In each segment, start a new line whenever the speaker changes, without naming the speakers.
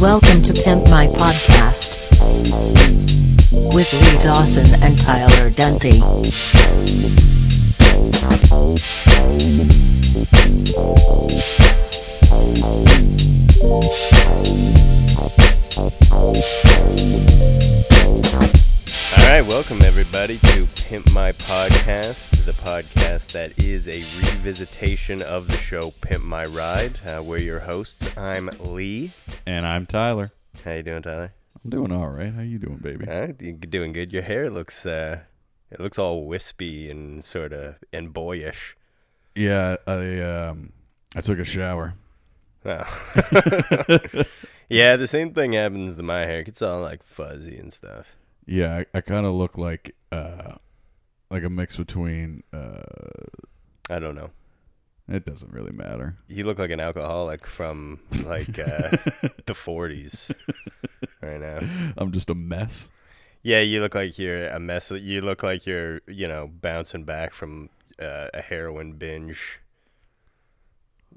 Welcome to Pimp My Podcast with Lee Dawson and Tyler Dunty.
All right, welcome everybody to Pimp My Podcast, the podcast that is a revisitation of the show Pimp My Ride. Uh, we're your hosts. I'm Lee.
And I'm Tyler.
How you doing, Tyler?
I'm doing all right. How you doing, baby?
Uh, you doing good. Your hair looks uh, it looks all wispy and sort of and boyish.
Yeah, I um, I took a shower.
Oh. yeah, the same thing happens to my hair. It gets all like fuzzy and stuff.
Yeah, I, I kind of look like uh, like a mix between. Uh,
I don't know.
it doesn't really matter.
You look like an alcoholic from like uh, the 40s right now.
I'm just a mess.
Yeah, you look like you're a mess. You look like you're, you know, bouncing back from uh, a heroin binge.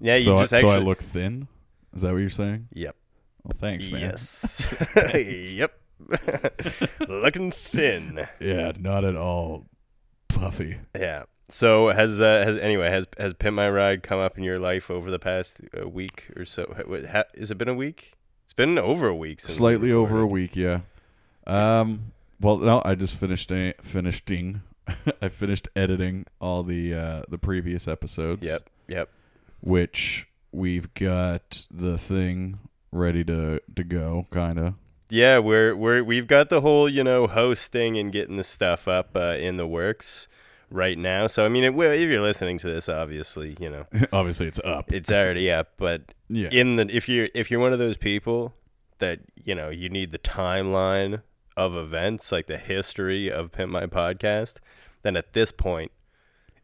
Yeah, you
so,
just
I,
actually.
so I look thin. Is that what you're saying?
Yep.
Well, thanks, man.
Yes. yep. Looking thin.
Yeah, not at all puffy.
Yeah. So has uh, has anyway has has Pimp My Ride come up in your life over the past uh, week or so? Ha- what- ha- Has it been a week? It's been over a week. Since we
Slightly over a
recorded.
week. Yeah. Um. Well, no, I just finished a, finishing. I finished editing all the uh, the previous episodes.
Yep. Yep.
which we've got the thing ready to to go kind of
Yeah, we're we're we've got the whole you know hosting and getting the stuff up uh, in the works right now. So I mean, it will, if you're listening to this, obviously you know
obviously it's up
it's already up. But
yeah
in the if you're if you're one of those people that you know you need the timeline of events like the history of Pimp My Podcast, then at this point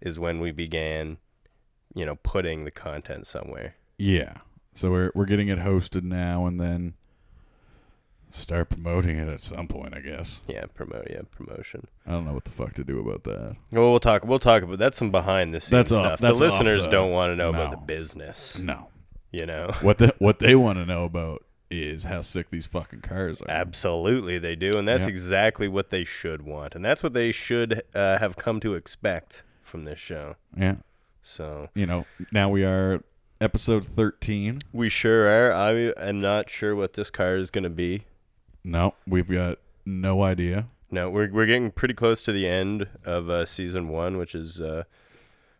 is when we began, you know, putting the content somewhere.
yeah so we're we're getting it hosted now and then start promoting it at some point i guess
Yeah, promote. Yeah, promotion.
i don't know what the fuck to do about that
Well, we'll talk. We'll talk about that's some behind the scenes
That's off-
stuff.
that's
the
off
listeners
the-
don't want to know about
no. Mm.
the business.
no
You know,
what the, what they want to know about is how sick these fucking cars are
absolutely they do, and that's
Yeah.
exactly what they should want, and that's what they should uh, have come to expect from this show.
yeah
So
you know now we are episode 13
we sure are. I am not sure what this car is going to be.
no we've got no idea
No, we're we're getting pretty close to the end of uh, season one, which is uh,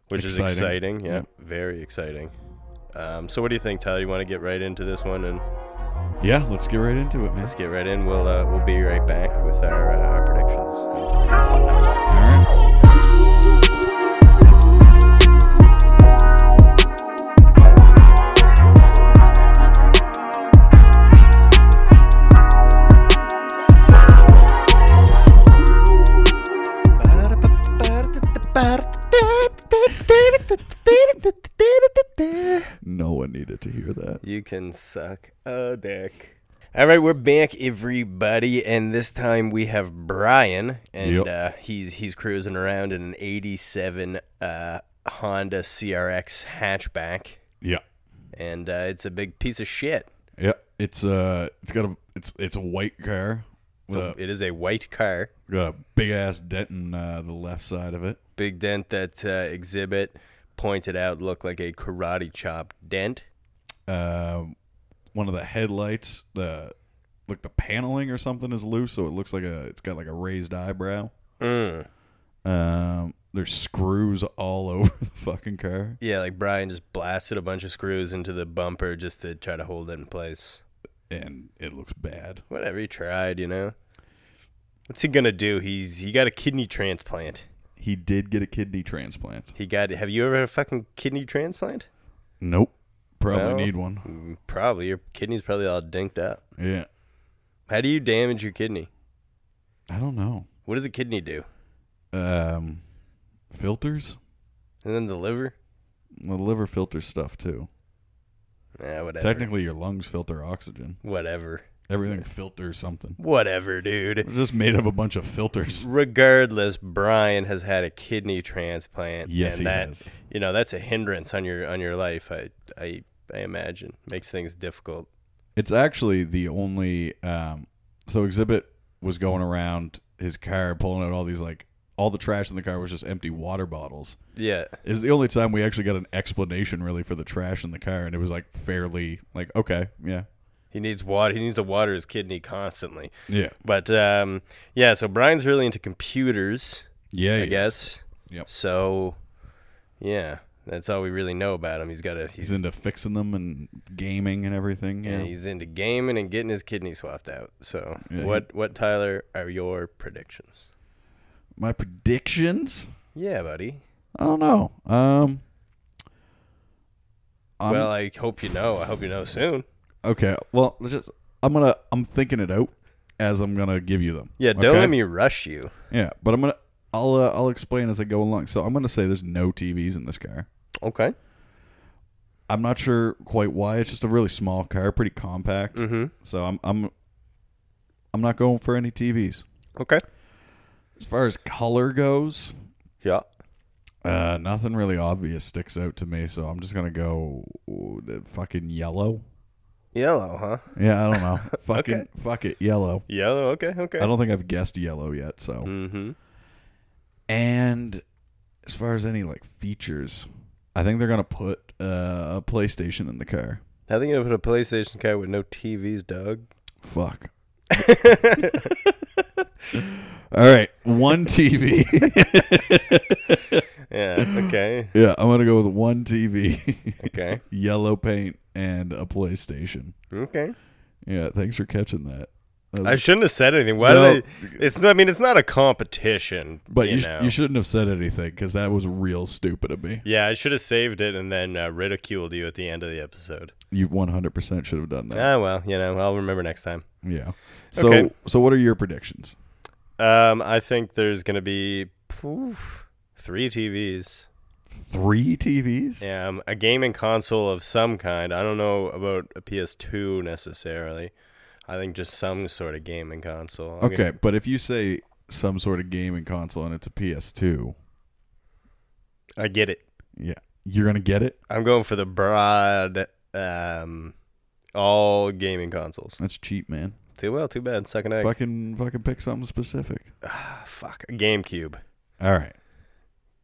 which is
Exciting.
exciting. Yeah, very exciting. Um, so, what do you think, Tyler? You want to get right into this one and?
yeah let's get right into it man
Let's get right in. We'll uh, we'll be right back with our uh, our predictions.
all right No one needed to hear that.
You can suck a dick. All right, we're back, everybody, and this time we have Brian, and
Yep.
uh, he's he's cruising around in an '87 uh, Honda CRX hatchback,
Yeah.
and uh, it's a big piece of shit.
Yeah. It's uh it's got a it's it's a white car with
So
a,
it is a white car.
got a big ass dent in uh, the left side of it.
big dent that uh, exhibit pointed out looked like a karate chop dent.
Um one of the headlights, the like the paneling or something is loose, so it looks like a it's got like a raised eyebrow.
Mm.
Um there's screws all over the fucking car.
Yeah, like Brian just blasted a bunch of screws into the bumper just to try to hold it in place.
And it looks bad.
Whatever he tried, you know. What's he gonna do? He's he got a kidney transplant.
He did get a kidney transplant.
He got. Have you ever had a fucking kidney transplant?
Nope. Probably
No.
need one.
Mm, Probably your kidney's probably all dinked up.
Yeah.
How do you damage your kidney?
I don't know.
What does a kidney do?
Um filters?
And then the liver?
The liver filters stuff too.
Yeah, whatever.
Technically, your lungs filter oxygen.
whatever.
Everything filters something.
Whatever, dude.
We're just made of a bunch of filters.
Regardless, Brian has had a kidney transplant. and
Yes, he
that,
has.
You know, that's a hindrance on your on your life. I I I imagine makes things difficult.
It's actually the only. Um, so exhibit was going around his car, pulling out all these like all the trash in the car was just empty water bottles.
Yeah.
Is the only time we actually got an explanation really for the trash in the car, and it was like fairly like okay, yeah,
He needs water. He needs to water his kidney constantly.
yeah,
But um, yeah, so Brian's really into computers,
yeah.
I guess.
Yep.
So yeah, that's all we really know about him. He's got a he's,
he's into fixing them and gaming and everything.
yeah,
Yeah,
he's into gaming and getting his kidney swapped out. So
Yeah, he-
what what Tyler are your predictions?
my predictions.
Yeah, buddy.
I don't know. Um, I'm-
well, I hope you know. I hope you know soon.
okay. Well, let's just. I'm gonna. I'm thinking it out as I'm gonna give you them.
Yeah, don't
okay?
let me rush you.
Yeah, but I'm gonna. I'll uh, I'll explain as I go along. So I'm gonna say there's no TVs in this car.
Okay.
I'm not sure quite why. It's just a really small car, pretty compact.
Mm-hmm.
So I'm I'm I'm not going for any TVs.
Okay.
As far as color goes,
Yeah.
uh, nothing really obvious sticks out to me. So I'm just gonna go ooh, the fucking yellow.
Yellow, huh?
Yeah, I don't know. fucking fuck it, yellow.
Yellow. Okay. Okay.
I don't think I've guessed yellow yet. So
Mm-hmm.
and as far as any like features, I think they're gonna put uh, a PlayStation in the car.
I think I put a PlayStation car with no TVs, dog.
Fuck. All right, one TV.
Yeah. Okay.
yeah, I'm gonna go with one TV,
Okay.
yellow paint, and a PlayStation.
Okay.
Yeah, thanks for catching that. That was-
I shouldn't have said anything. Why
No.
do they? It's. not- I mean, it's not a competition.
but you,
you,
sh-
know.
you shouldn't have said anything because that was real stupid of me.
yeah, I should have saved it and then uh, ridiculed you at the end of the episode.
You 100% should have done that.
Ah, well, you know, I'll remember next time.
yeah. So,
Okay.
so what are your predictions?
Um, I think there's gonna be poof, three TVs.
Three TVs?
Yeah, um, a gaming console of some kind. I don't know about a PS2 necessarily. I think just some sort of gaming console. I'm
Okay,
gonna-
but if you say some sort of gaming console and it's a PS2,
I get it.
yeah, you're gonna get it.
I'm going for the broad, um, all gaming consoles.
That's cheap, man.
Too well, too bad. Second egg.
Fucking fucking pick something specific.
Ah, fuck. A GameCube.
All right.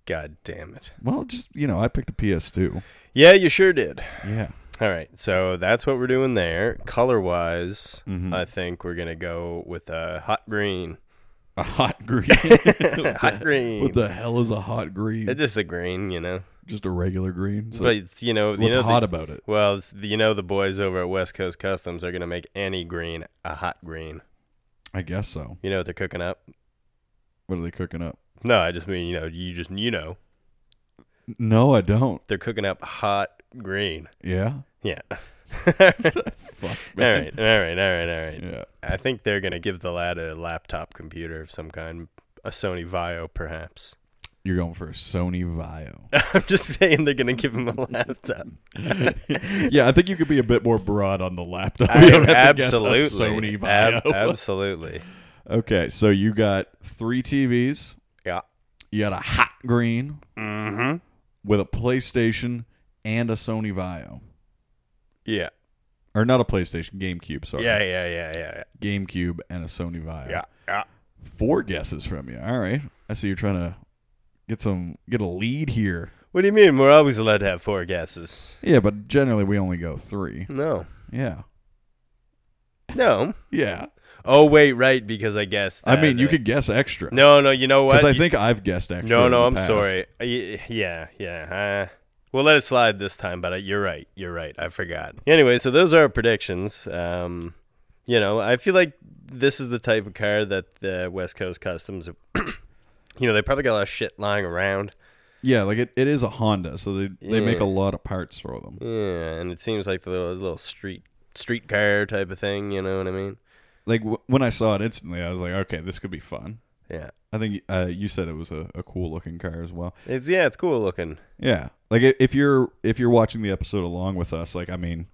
God damn it.
Well, just you know, I picked a PS2.
Yeah, you sure did.
Yeah.
All right, so that's what we're doing there. Color wise,
Mhm.
I think we're gonna go with a hot green.
A hot green.
hot green.
what the hell is a hot green?
It's just a green, you know.
just a regular green. So
but it's, you know, you
what's
know the-
hot about it?
Well, it's, you know the boys over at West Coast Customs are going to make any green a hot green.
I guess so.
You know what they're cooking up?
What are they cooking up?
No, I just mean, you know, you just you know,
No, I don't.
they're cooking up hot green.
Yeah.
Yeah. all right,
Fuck.
all
Man.
right, all right, all right.
Yeah.
I think they're going to give the lad a laptop computer of some kind, a Sony Vaio perhaps.
You're going for a Sony Vio.
I'm just saying they're going to give him a laptop.
yeah, I think you could be a bit more broad on the laptop.
I
You don't have to guess a
absolutely.
Sony
Ab-
Vio.
absolutely.
Okay, so you got three TVs.
Yeah.
You got a hot green
Mhm.
with a PlayStation and a Sony Vio,
Yeah.
or not a PlayStation, GameCube. Sorry, Uh,
Yeah, yeah, yeah, yeah.
GameCube and a Sony Vio.
Yeah. Yeah. yeah.
four guesses from you. All right, I see you're trying to get some get a lead here.
What do you mean? We're always allowed to have four guesses.
Yeah, but generally we only go three.
No.
Yeah,
No.
yeah.
Oh wait, right, because I guessed.
I
that,
mean, you
uh,
could guess extra
No, no. You know what?
because I
You-
think I've guessed extra.
No,
in
no.
the
I'm
past.
sorry. Uh, y- Yeah, yeah. Uh, we'll let it slide this time, but uh, you're right. You're right. I forgot. Anyway, so those are our predictions. Um, you know, I feel like this is the type of car that the West Coast Customs, you know, they probably got a lot of shit lying around.
Yeah, like it, it is a Honda, so they they make
Yeah.
a lot of parts for them.
Yeah, and it seems like the little, little street street car type of thing. You know what I mean?
Like w- when I saw it instantly, I was like, okay, this could be fun.
Yeah.
I think uh, you said it was a, a cool looking car as well.
It's yeah, it's cool looking.
Yeah, like i- if you're if you're watching the episode along with us, like I mean,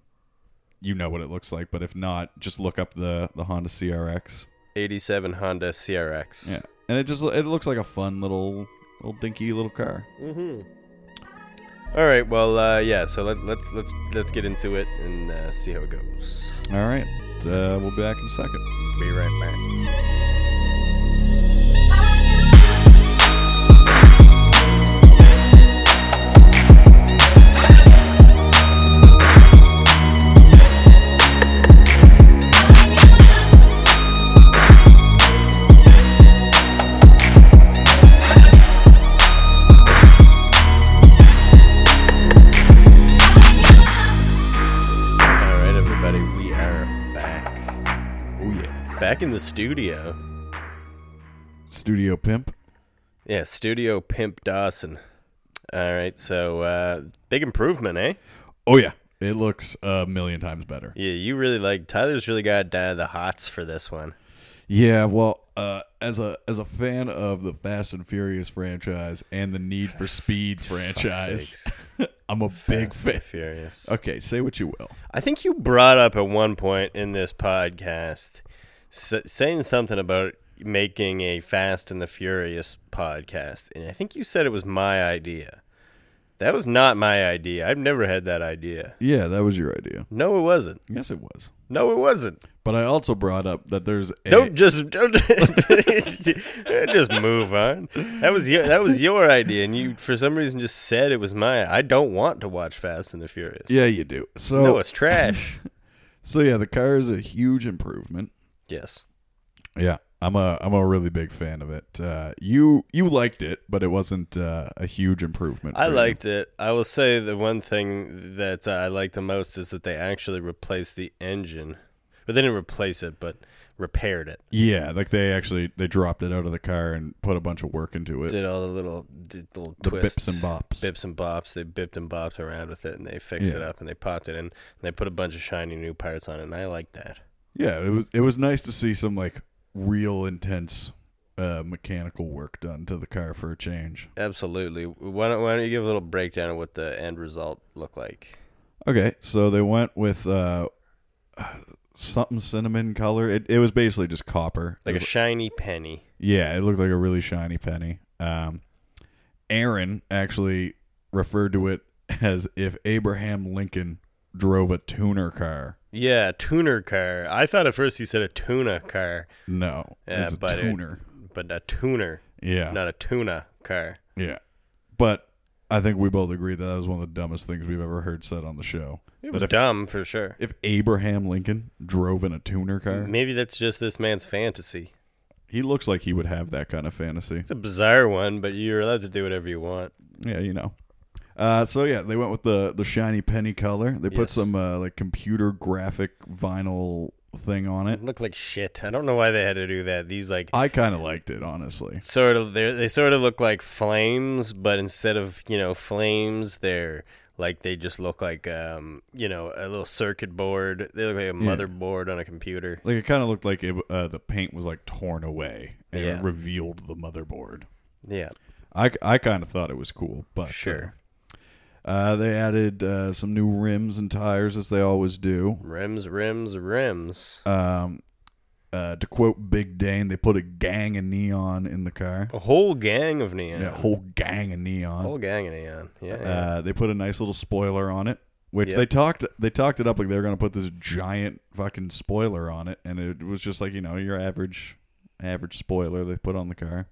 you know what it looks like, but if not, just look up the the Honda CRX.
87 Honda CRX.
Yeah, and it just it looks like a fun little little dinky little car.
All right. Well, uh, yeah. So let, let's let's let's get into it and uh, see how it goes.
All right, uh, we'll be back in a second.
Be right back. All right, everybody. We are back.
Oh yeah,
Back in the studio.
Studio Pimp.
Yeah, Studio Pimp Dawson. All right, so uh, big improvement, eh?
Oh yeah, it looks a million times better.
Yeah, you really like Tyler's really got uh, the hots for this one.
Yeah, well, uh, as a as a fan of the Fast and Furious franchise and the Need for Speed franchise, I'm a big
Fast
fan. Uh,
and Furious.
Okay, say what you will.
I think you brought up at one point in this podcast s- saying something about making a Fast and the Furious podcast, and I think you said it was my idea. That was not my idea. I've never had that idea.
Yeah, that was your idea.
No, it wasn't.
Yes, it was.
No, it wasn't.
But I also brought up that there's a,
Don't just don't just move on. That was your that was your idea, and you for some reason just said it was mine. I don't want to watch Fast and the Furious.
yeah, you do. So
no, it's trash.
so yeah, the car is a huge improvement.
yes,
Yeah, I'm a I'm a really big fan of it. Uh, you you liked it, but it wasn't uh, a huge improvement.
I
for you.
liked it. I will say the one thing that uh, I like the most is that they actually replaced the engine. Well, they didn't replace it, but repaired it.
Yeah, like they actually they dropped it out of the car and put a bunch of work into it.
Did all the little did little
The
twists.
bips and bops.
Bips and bops. They bipped and bopped around with it, and they fixed it
Yeah.
up, and they popped it in, and they put a bunch of shiny new parts on it, and I like that.
Yeah, it was it was nice to see some like real intense uh, mechanical work done to the car for a change.
Absolutely. Why don't Why don't you give a little breakdown of what the end result looked like?
Okay, so they went with uh, something cinnamon color. It it was basically just copper.
Like
It
a shiny penny.
Yeah, it looked like a really shiny penny. Um, Aaron actually referred to it as if Abraham Lincoln drove a tuner car.
Yeah, tuner car. I thought at first you said a tuna car,
No,
Yeah,
it's a
but it-
tuner.
but a tuner,
yeah,
not a tuna car.
yeah. But I think we both agree that that was one of the dumbest things we've ever heard said on the show.
It
That
was
if,
dumb for sure.
if Abraham Lincoln drove in a tuner car,
Maybe that's just this man's fantasy.
he looks like he would have that kind of fantasy.
It's a bizarre one, but you're allowed to do whatever you want.
Yeah, you know. Uh, so yeah, they went with the the shiny penny color. They put
Yes.
some uh, like computer graphic vinyl thing on it.
It looked like shit. I don't know why they had to do that. These like
I kind of liked it honestly.
sort of they they sort of look like flames, but instead of you know flames, they're like they just look like um you know a little circuit board. They look like a motherboard on a computer.
Like it kind of looked like it, uh, the paint was like torn away and
Yeah.
it revealed the motherboard.
Yeah,
I, I kind of thought it was cool, but uh,
Sure.
Uh, they added uh, some new rims and tires as they always do.
rims, rims, rims.
Um, uh, to quote Big Dane, they put a gang of neon in the car.
A whole gang of neon.
Yeah, whole gang of neon.
whole gang of neon. Oh, Yeah. yeah.
Uh, they put a nice little spoiler on it, which
Yep.
they talked they talked it up like they were going to put this giant fucking spoiler on it, and it was just like you know your average average spoiler they put on the car.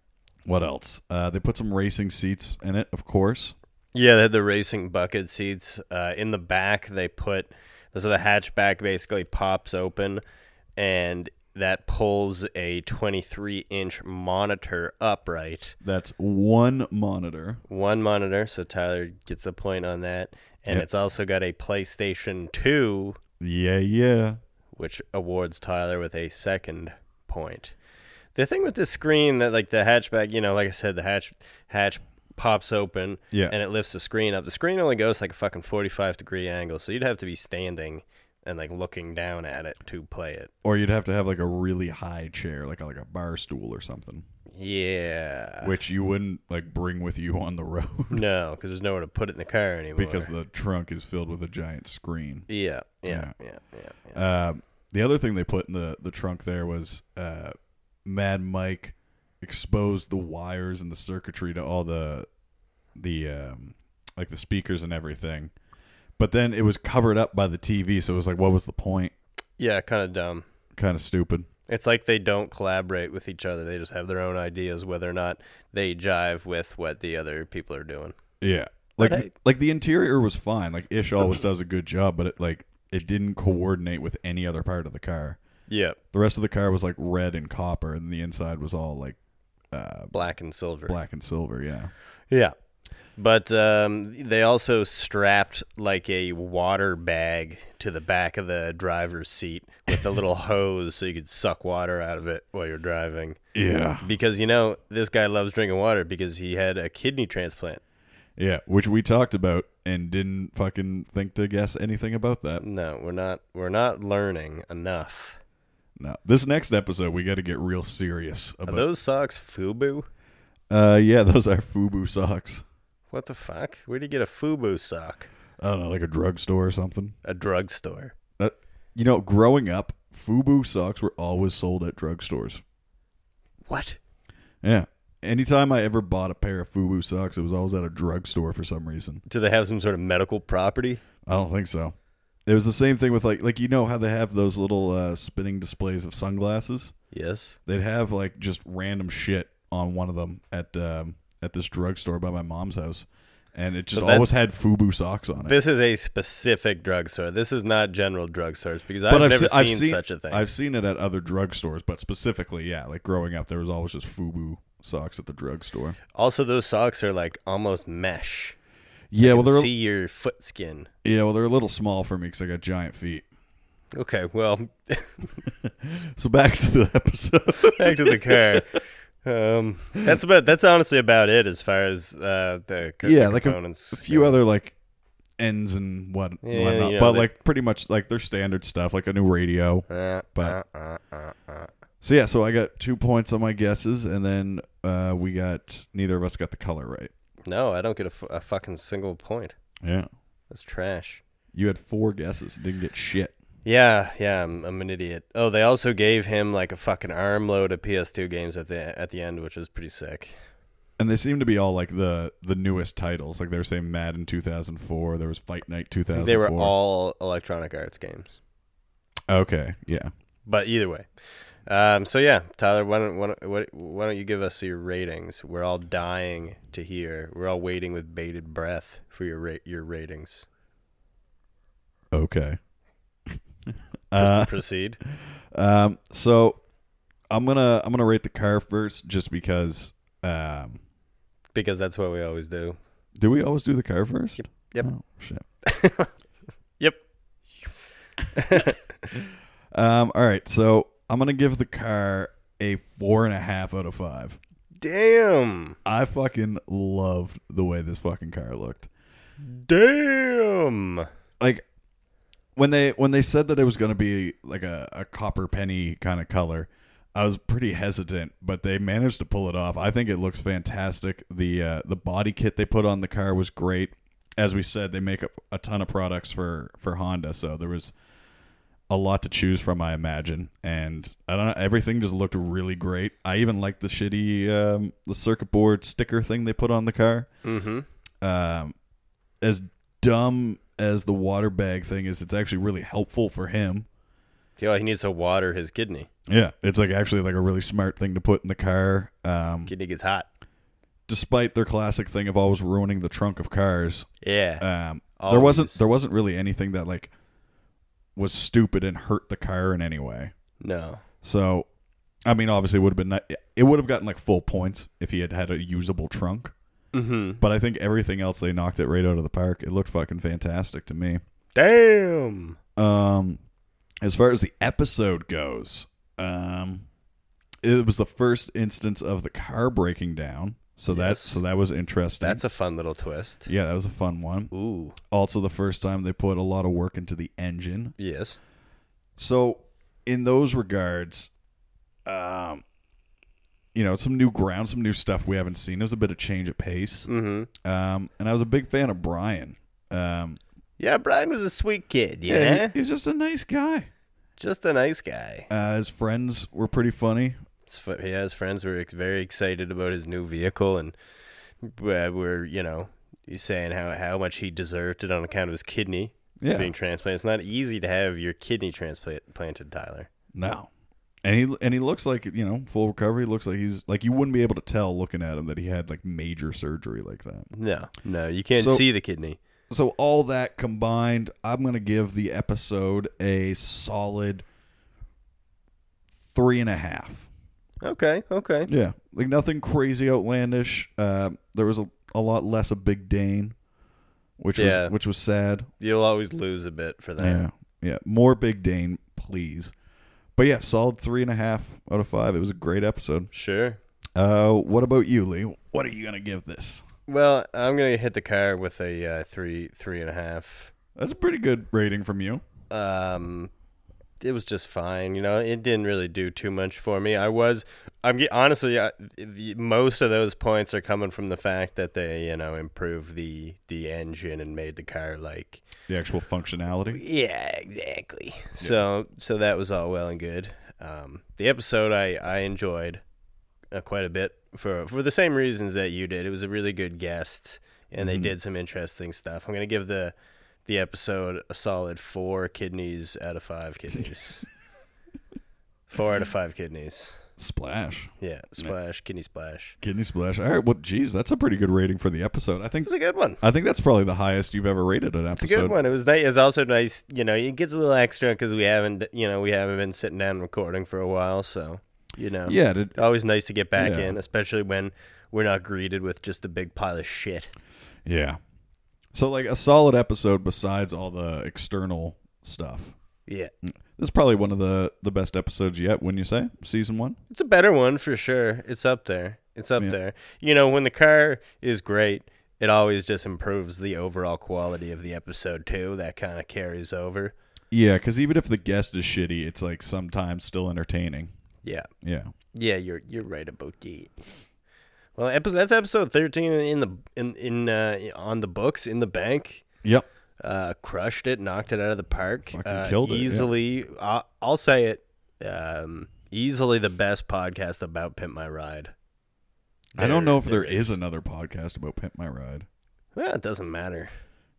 What else? Uh, they put some racing seats in it, of course.
Yeah, they had the racing bucket seats. Uh, in the back, they put so the hatchback basically pops open, and that pulls a 23 inch monitor upright.
That's one monitor.
One monitor, so Tyler gets the point on that, and
Yep.
it's also got a PlayStation 2,
Yeah, yeah.
which awards Tyler with a second point. The thing with this screen that like the hatchback, you know, like I said, the hatch hatch pops open
Yeah.
and it lifts the screen up. The screen only goes like a fucking forty five degree angle, so you'd have to be standing and like looking down at it to play it.
Or you'd have to have like a really high chair, like a, like a bar stool or something,
Yeah.
which you wouldn't like bring with you on the road
Uh, No, because there's nowhere to put it in the car anymore.
because the trunk is filled with a giant screen.
yeah, yeah,
Yeah.
yeah, yeah. yeah.
Uh, the other thing they put in the, the trunk there was uh, Mad Mike exposed the wires and the circuitry to all the the um, like the speakers and everything. But then it was covered up by the TV, so it was like, what was the point?
yeah, kind of dumb.
Kind of stupid.
It's like they don't collaborate with each other. They just have their own ideas whether or not they jive with what the other people are doing.
Yeah, like
But I-
like the interior was fine. Like Ish always does a good job, but it like it didn't coordinate with any other part of the car.
Yeah,
The rest of the car was like red and copper, and the inside was all like uh,
black and silver.
black and silver. Yeah.
Yeah. But um, they also strapped like a water bag to the back of the driver's seat with a little hose so you could suck water out of it while you're driving.
Yeah.
Because, you know, this guy loves drinking water because he had a kidney transplant.
Yeah, which we talked about and didn't fucking think to guess anything about that.
No, we're not we're not learning enough.
No. This next episode we got to get real serious
Are
about.
those socks FUBU?
Uh yeah, those are FUBU socks.
What the fuck? Where'd you get a FUBU sock?
I don't know, like a drugstore or something.
A drugstore.
That you know, growing up, FUBU socks were always sold at drugstores.
What?
Yeah. Anytime I ever bought a pair of FUBU socks, it was always at a drugstore for some reason.
Do they have some sort of medical property?
I don't think so. It was the same thing with like like you know how they have those little uh, spinning displays of sunglasses.
Yes.
they'd have like just random shit on one of them at um, at this drugstore by my mom's house, and it just
But
always had FUBU socks on it.
This is a specific drugstore. This is not general drugstores because I've
but
never
se-
seen, such a thing.
I've seen it at other drugstores, but specifically, yeah, like growing up, there was always just FUBU socks at the drugstore.
also, those socks are like almost mesh.
Yeah, well they're
See your foot skin.
yeah, well they're a little small for me because I got giant feet.
Okay, well,
So back to the episode.
back to the car. Um, that's about. That's honestly about it as far as uh, the co-
yeah,
the
like a,
components
a few
go.
other like ends and what
Yeah,
whatnot,
you know,
but
they-
like pretty much like their standard stuff, like a new radio,
Uh,
but-
uh, uh, uh, uh.
So yeah, so I got two points on my guesses, and then uh, we got neither of us got the color right.
No, I don't get a, fu- a fucking single point.
Yeah,
That's trash.
you had four guesses, and didn't get shit.
Yeah, yeah, I'm, I'm an idiot. Oh, they also gave him like a fucking armload of PS2 games at the at the end, which was pretty sick.
And they seem to be all like the the newest titles. Like they were saying Madden 2004, there was Fight Night 2004.
They were all Electronic Arts games.
okay. Yeah,
But either way, um, so yeah, Tyler, why don't, why don't what- why don't you give us your ratings? We're all dying to hear. We're all waiting with bated breath for your ra- your ratings.
okay. uh,
Proceed.
um, so I'm gonna I'm gonna rate the car first, just because. Um,
Because that's what we always do.
do we always do the car first?
Yep. Yep.
Oh shit.
Yep.
Um, all right, so I'm gonna give the car a four and a half out of five.
Damn.
I fucking loved the way this fucking car looked.
Damn.
Like when they when they said that it was going to be like a, a copper penny kind of color, I was pretty hesitant, but they managed to pull it off. I think it looks fantastic. The uh, the body kit they put on the car was great. As we said, they make a, a ton of products for for Honda, so there was a lot to choose from, I imagine. And I don't know, everything just looked really great. I even liked the shitty um, the circuit board sticker thing they put on the car
Mm-hmm.
um, as dumb as the water bag thing is, it's actually really helpful for him.
Yeah, he needs to water his kidney.
Yeah, it's like actually like a really smart thing to put in the car. Um,
Kidney gets hot.
despite their classic thing of always ruining the trunk of cars,
Yeah.
um, there wasn't
Always.
there wasn't really anything that like was stupid and hurt the car in any way.
no.
So, I mean, obviously, it would have been ni- it would have gotten like full points if he had had a usable trunk.
Mm-hmm.
But I think everything else they knocked it right out of the park. It looked fucking fantastic to me.
Damn.
Um, as far as the episode goes, um, it was the first instance of the car breaking down, So
Yes.
that so that was interesting.
That's a fun little twist.
yeah, that was a fun one.
Ooh.
Also, the first time they put a lot of work into the engine.
Yes.
So, in those regards, um, you know, some new ground, some new stuff we haven't seen. It was a bit of change of pace.
Mm-hmm.
Um, and I was a big fan of Brian. Um,
Yeah, Brian was a sweet kid. Yeah.
he- he's just a nice guy.
Just a nice guy.
Uh, his friends were pretty funny.
It's fu- He has friends who are ex- very excited about his new vehicle and uh, were, you know, saying how, how much he deserved it on account of his kidney
Yeah.
being transplanted. It's not easy to have your kidney transplanted, Tyler.
No. And he and he looks like you know full recovery. Looks like he's like you wouldn't be able to tell looking at him that he had like major surgery like that.
No, no, you can't
So-
see the kidney.
So all that combined, I'm gonna give the episode a solid three and a half.
Okay, okay.
Yeah, like nothing crazy outlandish. Uh, there was a, a lot less of Big Dane, which
Yeah.
was which was sad.
You'll always lose a bit for that.
Yeah, yeah, more Big Dane, please. But yeah, solid three and a half out of five. It was a great episode.
Sure.
Uh, what about you, Lee? What are you gonna give this?
Well, I'm gonna hit the car with a uh, three, three and a half.
That's a pretty good rating from you.
um it was just fine you know it didn't really do too much for me i was i'm ge- honestly I, the, most of those points are coming from the fact that they you know improved the the engine and made the car like
The actual functionality.
yeah exactly so so that was all well and good um the episode i i enjoyed uh, quite a bit for for the same reasons that you did it was a really good guest and they did some interesting stuff i'm gonna give the the episode a solid four kidneys out of five kidneys four out of five kidneys
Splash.
yeah splash kidney splash
Kidney splash. All right. Well, geez, that's a pretty good rating for the episode. I think
it was a good one
I think that's probably the highest you've ever rated an episode.
It's a good one. It was nice. It's also nice. You know, it gets a little extra because we haven't, you know, we haven't been sitting down recording for a while. So, you know,
Yeah. Did,
always nice to get back
Yeah.
in, especially when we're not greeted with just a big pile of shit.
yeah. So like a solid episode besides all the external stuff.
Yeah,
This is probably one of the the best episodes yet. Wouldn't you say? Season one.
it's a better one for sure. It's up there. It's up
Yeah.
there. You know, when the car is great, it always just improves the overall quality of the episode too. That kind of carries over.
Yeah, because even if the guest is shitty, it's like sometimes still entertaining.
Yeah.
Yeah.
Yeah, you're you're right about that. Well, episode that's episode thirteen in the in in uh, on the books in the bank.
Yep.
Uh, crushed it, knocked it out of the park.
Fucking
Uh,
killed it, yeah.
Easily, I- I'll say it. Um, easily the best podcast about Pimp My Ride.
I don't know if
there
there is another podcast about Pimp My Ride.
Well, it doesn't matter.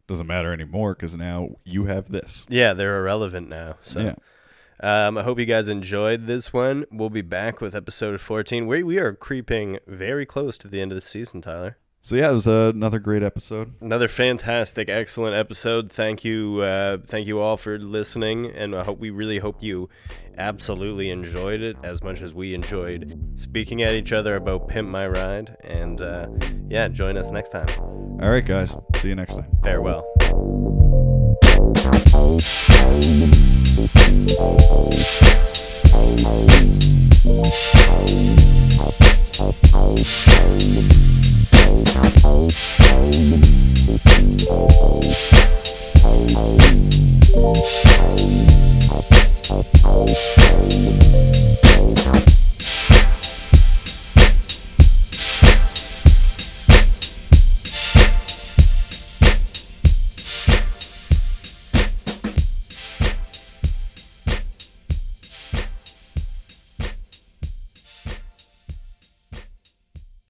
Doesn't matter anymore because now you have this.
Yeah, they're irrelevant now. So.
Yeah.
Um, I hope you guys enjoyed this one. We'll be back with episode 14. We, we are creeping very close to the end of the season, Tyler.
So yeah, it was uh, another great episode.
another fantastic excellent episode thank you uh, thank you all for listening and i hope we really hope you absolutely enjoyed it as much as we enjoyed speaking at each other about pimp my ride and uh, yeah join us next time
All right, guys. See you next time.
farewell